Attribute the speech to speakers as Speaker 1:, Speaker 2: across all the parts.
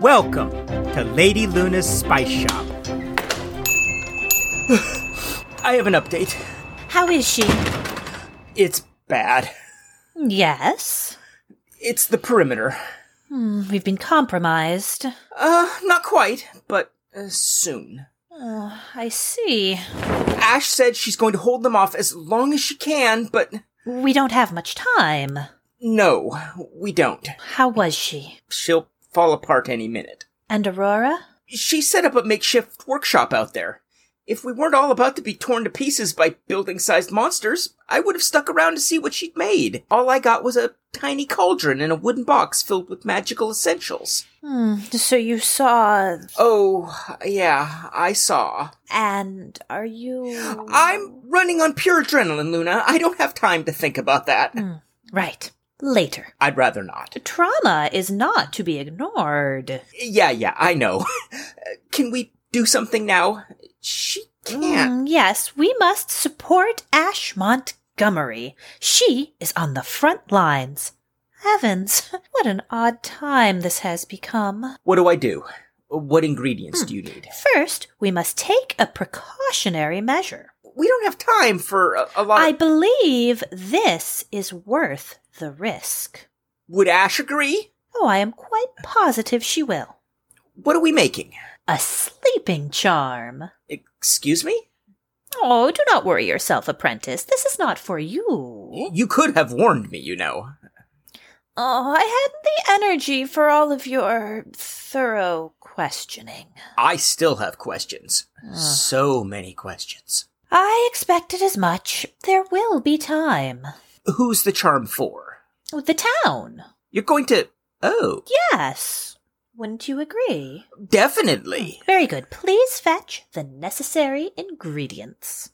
Speaker 1: Welcome to Lady Luna's Spice Shop. I have an update.
Speaker 2: How is she?
Speaker 1: It's bad.
Speaker 2: Yes.
Speaker 1: It's the perimeter.
Speaker 2: Hmm, We've been compromised.
Speaker 1: Uh, not quite, but uh, soon.
Speaker 2: Oh, I see.
Speaker 1: Ash said she's going to hold them off as long as she can, but
Speaker 2: We don't have much time.
Speaker 1: no, we don't.
Speaker 2: How was she?
Speaker 1: She'll fall apart any minute.
Speaker 2: And Aurora?
Speaker 1: She set up a makeshift workshop out there. If we weren't all about to be torn to pieces by building sized monsters, I would have stuck around to see what she'd made. All I got was a tiny cauldron and a wooden box filled with magical essentials.
Speaker 2: Hmm, so you saw.
Speaker 1: Oh, yeah, I saw.
Speaker 2: And are you.
Speaker 1: I'm running on pure adrenaline, Luna. I don't have time to think about that.
Speaker 2: Right. Later.
Speaker 1: I'd rather not.
Speaker 2: Trauma is not to be ignored.
Speaker 1: Yeah, yeah, I know. Can we do something now? She can't.
Speaker 2: Mm, yes, we must support Ash Montgomery. She is on the front lines. Heavens, what an odd time this has become.
Speaker 1: What do I do? What ingredients do you need?
Speaker 2: First, we must take a precautionary measure.
Speaker 1: We don't have time for a, a lot.
Speaker 2: I believe this is worth the risk.
Speaker 1: Would Ash agree?
Speaker 2: Oh, I am quite positive she will.
Speaker 1: What are we making?
Speaker 2: A sleeping charm.
Speaker 1: Excuse me?
Speaker 2: Oh, do not worry yourself, apprentice. This is not for you.
Speaker 1: You could have warned me, you know.
Speaker 2: Oh, I hadn't the energy for all of your thorough questioning.
Speaker 1: I still have questions. So many questions.
Speaker 2: I expected as much. There will be time.
Speaker 1: Who's the charm for?
Speaker 2: The town.
Speaker 1: You're going to. Oh,
Speaker 2: Yes. Wouldn't you agree?
Speaker 1: definitely.
Speaker 2: Very good. Please fetch the necessary ingredients.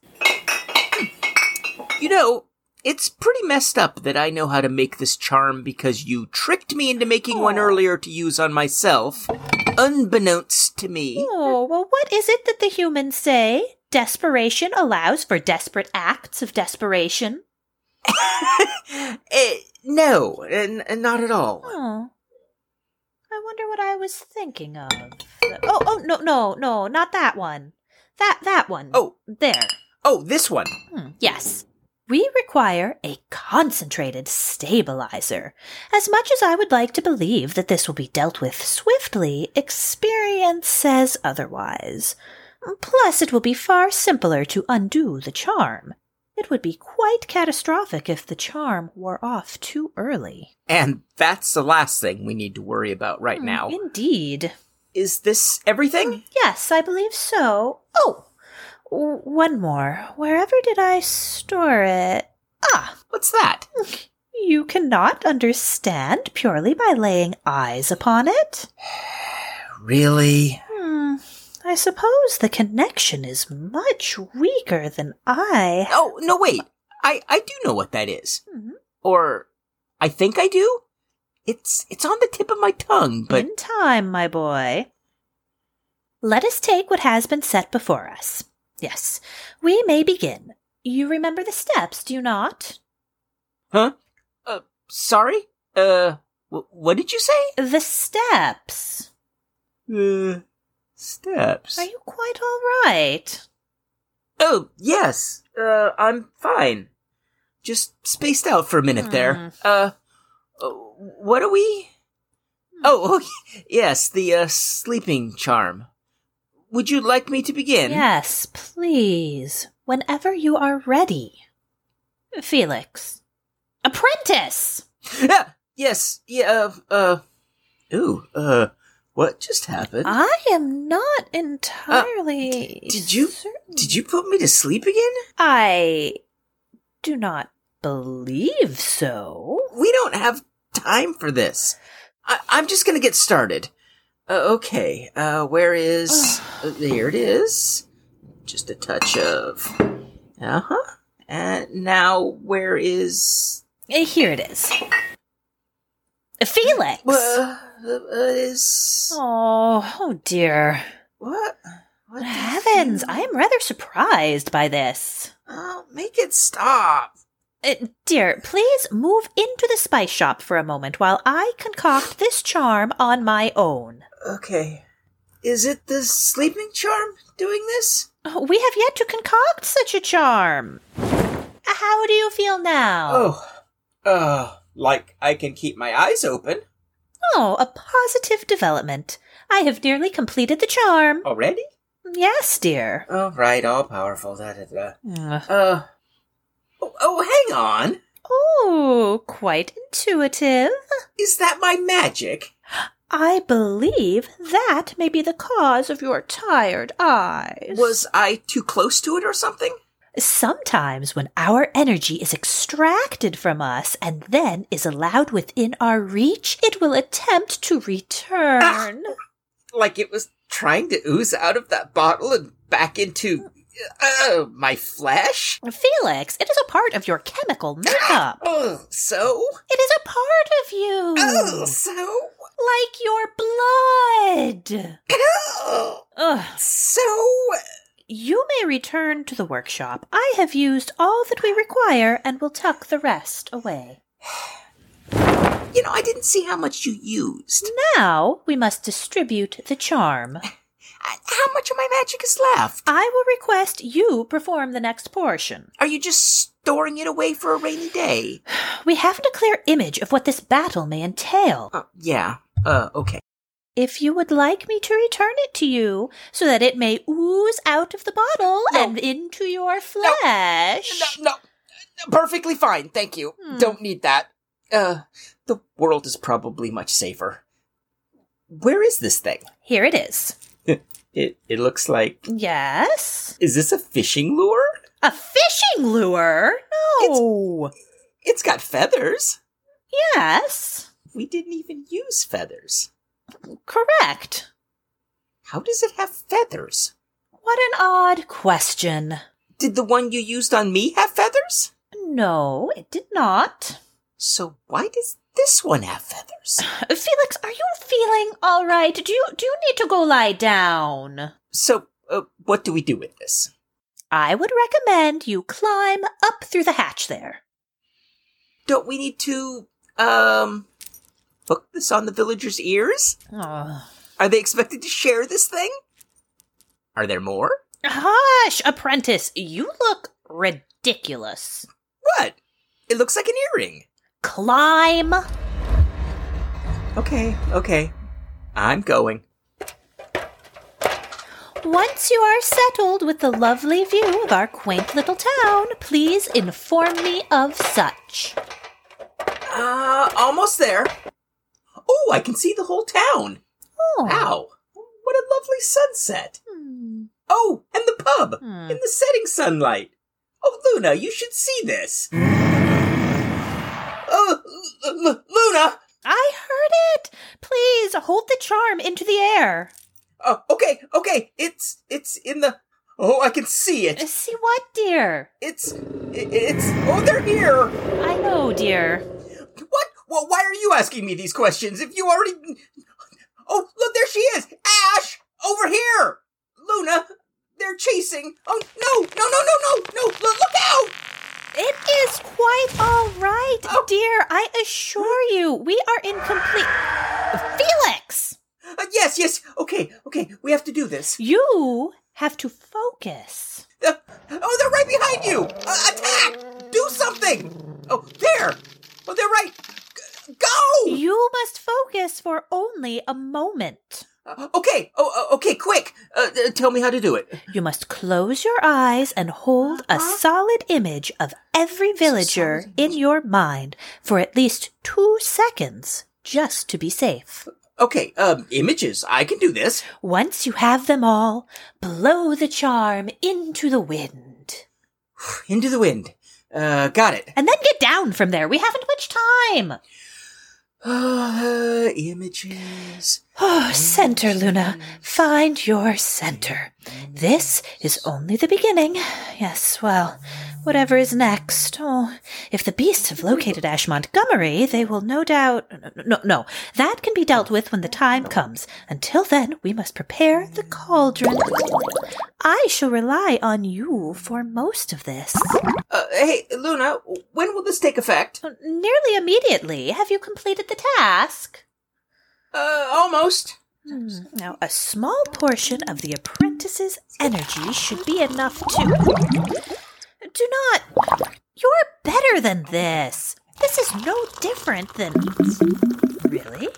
Speaker 1: You know, it's pretty messed up that I know how to make this charm because you tricked me into making one
Speaker 2: Aw.
Speaker 1: earlier to use on myself, unbeknownst to me.
Speaker 2: Oh, well, what is it that the humans say? Desperation allows for desperate acts of desperation.
Speaker 1: Eh, no, n- n- not at all.
Speaker 2: Oh. I wonder what I was thinking of. Oh, oh, no, no, no, not that one. That, that one.
Speaker 1: Oh.
Speaker 2: There.
Speaker 1: Oh, this one.
Speaker 2: Hmm, yes. We require a concentrated stabilizer. As much as I would like to believe that this will be dealt with swiftly, experience says otherwise. Plus, it will be far simpler to undo the charm. It would be quite catastrophic if the charm wore off too early.
Speaker 1: And that's the last thing we need to worry about right now.
Speaker 2: Indeed.
Speaker 1: Is this everything?
Speaker 2: Yes, I believe so. Oh, w- one more. Wherever did I store it? Ah,
Speaker 1: What's that?
Speaker 2: You cannot understand purely by laying eyes upon it?
Speaker 1: Really?
Speaker 2: Hmm. I suppose the connection is much weaker than I.
Speaker 1: Oh, no, wait. I, I do know what that is.
Speaker 2: Hmm,
Speaker 1: Or, I think I do? It's, it's on the tip of my tongue, but
Speaker 2: In time, my boy. Let us take what has been set before us. Yes, we may begin. You remember the steps, do you not?
Speaker 1: sorry? Uh, wh- what did you say?
Speaker 2: The steps.
Speaker 1: Uh, steps.
Speaker 2: Are you quite all right?
Speaker 1: Oh, yes. Uh, I'm fine. Just spaced out for a minute there. Uh, uh, what are we? Oh, oh, yes, the uh, sleeping charm. Would you like me to begin?
Speaker 2: Yes, please. Whenever you are ready. Felix. Apprentice!
Speaker 1: Ah, yes. Yeah. Uh, uh. Ooh. Uh. What just happened?
Speaker 2: I am not entirely.
Speaker 1: Uh, did you-
Speaker 2: certain-
Speaker 1: Did you put me to sleep again?
Speaker 2: I do not believe so.
Speaker 1: We don't have time for this. I- I'm just gonna get started. Uh, okay. Uh. Where is? uh, there it is. Just a touch of. Uh huh. And now where is?
Speaker 2: Eh, Here it is. Felix!
Speaker 1: Uh, uh, is
Speaker 2: Oh, oh dear.
Speaker 1: what? What? What the
Speaker 2: Heavens,
Speaker 1: fu-
Speaker 2: I am rather surprised by this.
Speaker 1: Oh, make it stop.
Speaker 2: Uh, dear, please move into the spice shop for a moment while I concoct this charm on my own.
Speaker 1: Okay. Is it the sleeping charm doing this?
Speaker 2: Oh, We have yet to concoct such a charm. How do you feel now?
Speaker 1: Oh. Uh, like I can keep my eyes open
Speaker 2: Oh, a positive development. I have nearly completed the charm.
Speaker 1: already?
Speaker 2: Yes, dear.
Speaker 1: Oh, right, all powerful. Da, da, da.
Speaker 2: Ugh.
Speaker 1: Uh. Oh, oh, hang on.
Speaker 2: Oh, quite intuitive.
Speaker 1: Is that my magic?
Speaker 2: I believe that may be the cause of your tired eyes.
Speaker 1: Was I too close to it or something?
Speaker 2: Sometimes, when our energy is extracted from us and then is allowed within our reach, it will attempt to return.
Speaker 1: Like it was trying to ooze out of that bottle and back into uh, my flesh?
Speaker 2: Felix, it is a part of your chemical makeup.
Speaker 1: Oh, so?
Speaker 2: It is a part of you.
Speaker 1: Oh, so?
Speaker 2: Like your blood.
Speaker 1: Ugh,
Speaker 2: Ugh.
Speaker 1: Oh, so?
Speaker 2: You may return to the workshop. I have used all that we require and will tuck the rest away.
Speaker 1: You know, I didn't see how much you used.
Speaker 2: Now we must distribute the charm.
Speaker 1: I- Uh, How much of my magic is left?
Speaker 2: I will request you perform the next portion.
Speaker 1: Are you just storing it away for a rainy day?
Speaker 2: We haven't a clear image of what this battle may entail.
Speaker 1: Uh, yeah. Uh, okay.
Speaker 2: If you would like me to return it to you so that it may ooze out of the bottle
Speaker 1: No.
Speaker 2: and into your flesh.
Speaker 1: No, no. Perfectly fine. Thank you.
Speaker 2: Hmm.
Speaker 1: Don't need that. Uh, the world is probably much safer. Where is this thing?
Speaker 2: Here it is.
Speaker 1: It it looks like
Speaker 2: Yes.
Speaker 1: is this a fishing lure?
Speaker 2: A fishing lure? No.
Speaker 1: It's got feathers.
Speaker 2: Yes.
Speaker 1: We didn't even use feathers.
Speaker 2: Correct.
Speaker 1: How does it have feathers?
Speaker 2: What an odd question.
Speaker 1: Did the one you used on me have feathers?
Speaker 2: No, it did not.
Speaker 1: So why does this one have feathers?
Speaker 2: Felix, are you feeling all right? Do you do you need to go lie down?
Speaker 1: So uh, what do we do with this?
Speaker 2: I would recommend you climb up through the hatch there.
Speaker 1: Don't we need to um hook this on the villagers' ears?
Speaker 2: Oh.
Speaker 1: Are they expected to share this thing? Are there more?
Speaker 2: Hush, apprentice, you look ridiculous.
Speaker 1: What? It looks like an earring.
Speaker 2: Climb.
Speaker 1: Okay, okay. I'm going.
Speaker 2: Once you are settled with the lovely view of our quaint little town, please inform me of such.
Speaker 1: Uh, almost there. Oh, I can see the whole town.
Speaker 2: Oh.
Speaker 1: Wow. What a lovely sunset.
Speaker 2: Hmm.
Speaker 1: Oh, and the pub
Speaker 2: Hmm.
Speaker 1: in the setting sunlight. Oh, Luna, you should see this. Oh, L- L- Luna.
Speaker 2: I heard it. Please hold the charm into the air.
Speaker 1: Oh, okay, okay. It's it's in the. Oh, I can see it.
Speaker 2: Uh, See what, dear?
Speaker 1: It's it's. Oh, they're here.
Speaker 2: I know, dear.
Speaker 1: What? Well, why are you asking me these questions if you already. Oh, look, there she is! Ash! Over here! Luna! They're chasing! Oh, no! No, no, no, no! No! Look, look out!
Speaker 2: It is quite all right,
Speaker 1: Oh.
Speaker 2: dear. I assure you, we are in complete. Felix,
Speaker 1: Uh, yes, yes! Okay, okay, we have to do this.
Speaker 2: you have to focus.
Speaker 1: Uh, oh, they're right behind you! Uh, attack! Do something! Oh, there! Oh, they're right! G- go!
Speaker 2: You must focus for only a moment.
Speaker 1: Uh, okay, oh, uh, okay, quick! Uh, uh, tell me how to do it.
Speaker 2: You must close your eyes and hold a
Speaker 1: Uh-huh.
Speaker 2: solid image of every villager
Speaker 1: Solid
Speaker 2: in your mind for at least two seconds, just to be safe.
Speaker 1: Okay, um, images. I can do this.
Speaker 2: Once you have them all, blow the charm into the wind.
Speaker 1: Into the wind. Uh, got it.
Speaker 2: And then get down from there. We haven't much time.
Speaker 1: Uh, images.
Speaker 2: Oh, center, Luna. Find your center. This is only the beginning. Yes, well, whatever is next. Oh, if the beasts have located Ash Montgomery, they will no doubt. No, no, that can be dealt with when the time comes. Until then, we must prepare the cauldron. I shall rely on you for most of this.
Speaker 1: Uh, hey, Luna, when will this take effect?
Speaker 2: Nearly immediately. Have you completed the task?
Speaker 1: Uh, almost.
Speaker 2: Hmm, Now, a small portion of the apprentice's energy should be enough to. Do not. You're better than this. This is no different than. Really?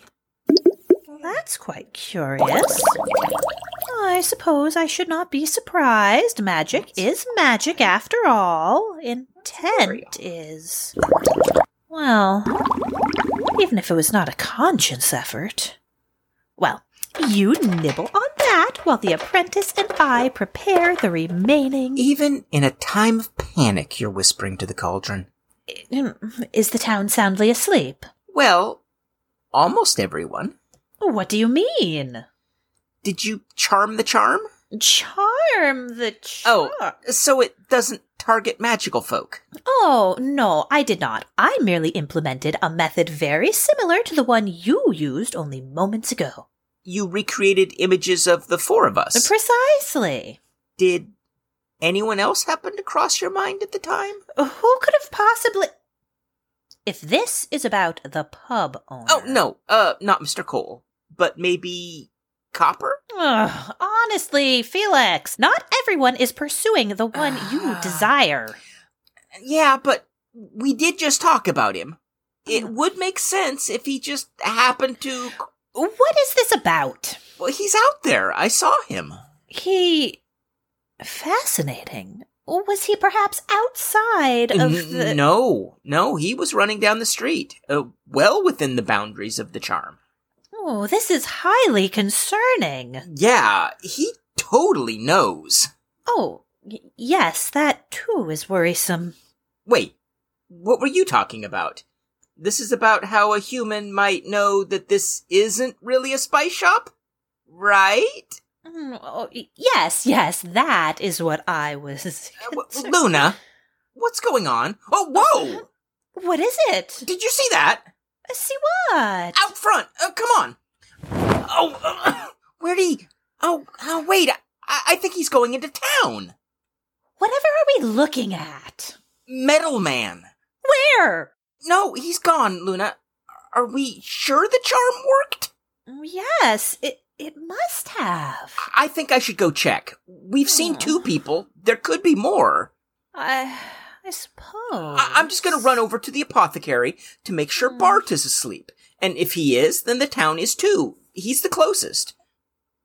Speaker 2: Well, that's quite curious. I suppose I should not be surprised. Magic is magic after all. Intent is. Well, even if it was not a conscious effort. Well, you nibble on that while the apprentice and I prepare the remaining.
Speaker 1: Even in a time of panic, you're whispering to the cauldron.
Speaker 2: Is the town soundly asleep?
Speaker 1: Well, almost everyone.
Speaker 2: What do you mean?
Speaker 1: Did you charm the charm?
Speaker 2: Charm the charm.
Speaker 1: Oh. So it doesn't target magical folk.
Speaker 2: Oh, no, I did not. I merely implemented a method very similar to the one you used only moments ago.
Speaker 1: You recreated images of the four of us.
Speaker 2: Precisely.
Speaker 1: Did anyone else happen to cross your mind at the time?
Speaker 2: Who could have possibly. If this is about the pub owner.
Speaker 1: Oh, no, uh, not Mr. Cole, but maybe Copper?
Speaker 2: Ugh, honestly, Felix, not everyone is pursuing the one you desire.
Speaker 1: Yeah, but we did just talk about him. It would make sense if he just happened to.
Speaker 2: What is this about?
Speaker 1: Well, he's out there. I saw him.
Speaker 2: He. Fascinating. Was he perhaps outside of
Speaker 1: N-
Speaker 2: the.
Speaker 1: No, no, he was running down the street, uh, well within the boundaries of the charm.
Speaker 2: Oh, this is highly concerning.
Speaker 1: Yeah, he totally knows.
Speaker 2: Oh, y- yes, that too is worrisome.
Speaker 1: Wait, what were you talking about? This is about how a human might know that this isn't really a spice shop? Right?
Speaker 2: Mm, oh, y- yes, yes, that is what I was.
Speaker 1: Uh, w-
Speaker 2: concerned-
Speaker 1: Luna, what's going on? Oh, whoa!
Speaker 2: What is it? Uh,
Speaker 1: Did you see that?
Speaker 2: See what?
Speaker 1: Out front! Uh, come on! Oh, where'd he? Oh, oh wait, I-, I think he's going into town!
Speaker 2: Whatever are we looking at?
Speaker 1: Metal Man!
Speaker 2: Where?
Speaker 1: No, he's gone, Luna. Are we sure the charm worked?
Speaker 2: Mm, Yes, it it must have.
Speaker 1: I think I should go check. We've seen
Speaker 2: Hmm.
Speaker 1: two people. There could be more.
Speaker 2: I I suppose.
Speaker 1: I- I'm just going to run over to the apothecary to make sure
Speaker 2: Hmm.
Speaker 1: Bart is asleep. And if he is, then the town is too. He's the closest.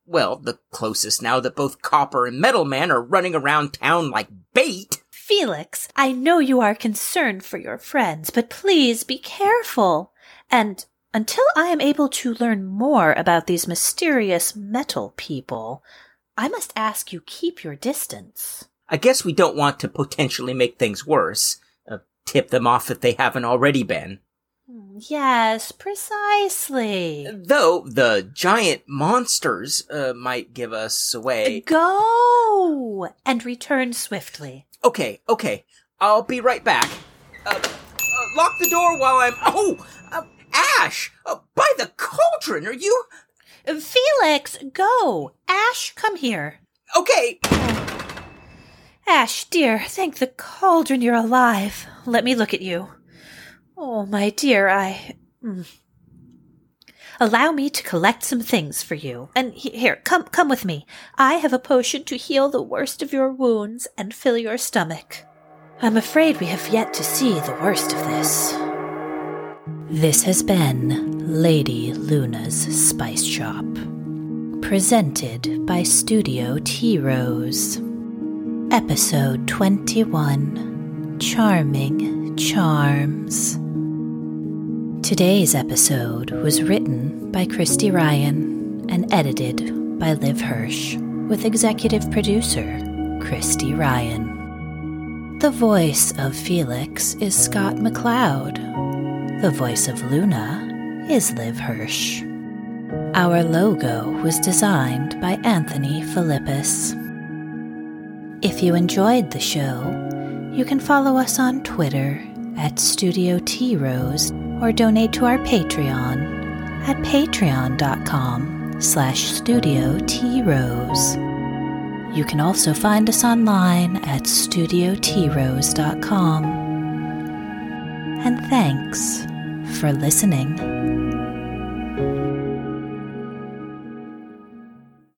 Speaker 1: Well, the closest now that both Copper and Metal Man are running around town like bait.
Speaker 2: Felix, I know you are concerned for your friends, but please be careful. And until I am able to learn more about these mysterious metal people, I must ask you keep your distance.
Speaker 1: I guess we don't want to potentially make things worse. Uh, tip them off if they haven't already been.
Speaker 2: Hmm, Yes, precisely.
Speaker 1: Though the giant monsters uh, might give us away.
Speaker 2: Go and return swiftly.
Speaker 1: Okay, okay. I'll be right back. Uh, uh, lock the door while I'm. Oh! Uh, Ash! Uh, by the cauldron, are you.
Speaker 2: Felix, go. Ash, come here.
Speaker 1: Okay!
Speaker 2: Ash, dear, thank the cauldron you're alive. Let me look at you. Oh, my dear, I. mm. Allow me to collect some things for you. And he- here, come, come with me. I have a potion to heal the worst of your wounds and fill your stomach. I'm afraid we have yet to see the worst of this. This has been Lady Luna's Spice Shop, presented by Studio T Rose. Episode 21 Charming Charms. Today's episode was written by Christy Ryan and edited by Liv Hirsch, with executive producer Christy Ryan. The voice of Felix is Scott McLeod. The voice of Luna is Liv Hirsch. Our logo was designed by Anthony Philippus. If you enjoyed the show, you can follow us on Twitter at Studio T Rose or donate to our Patreon at patreon.com slash studio T Rose. You can also find us online at studiotrose.com. And thanks for listening.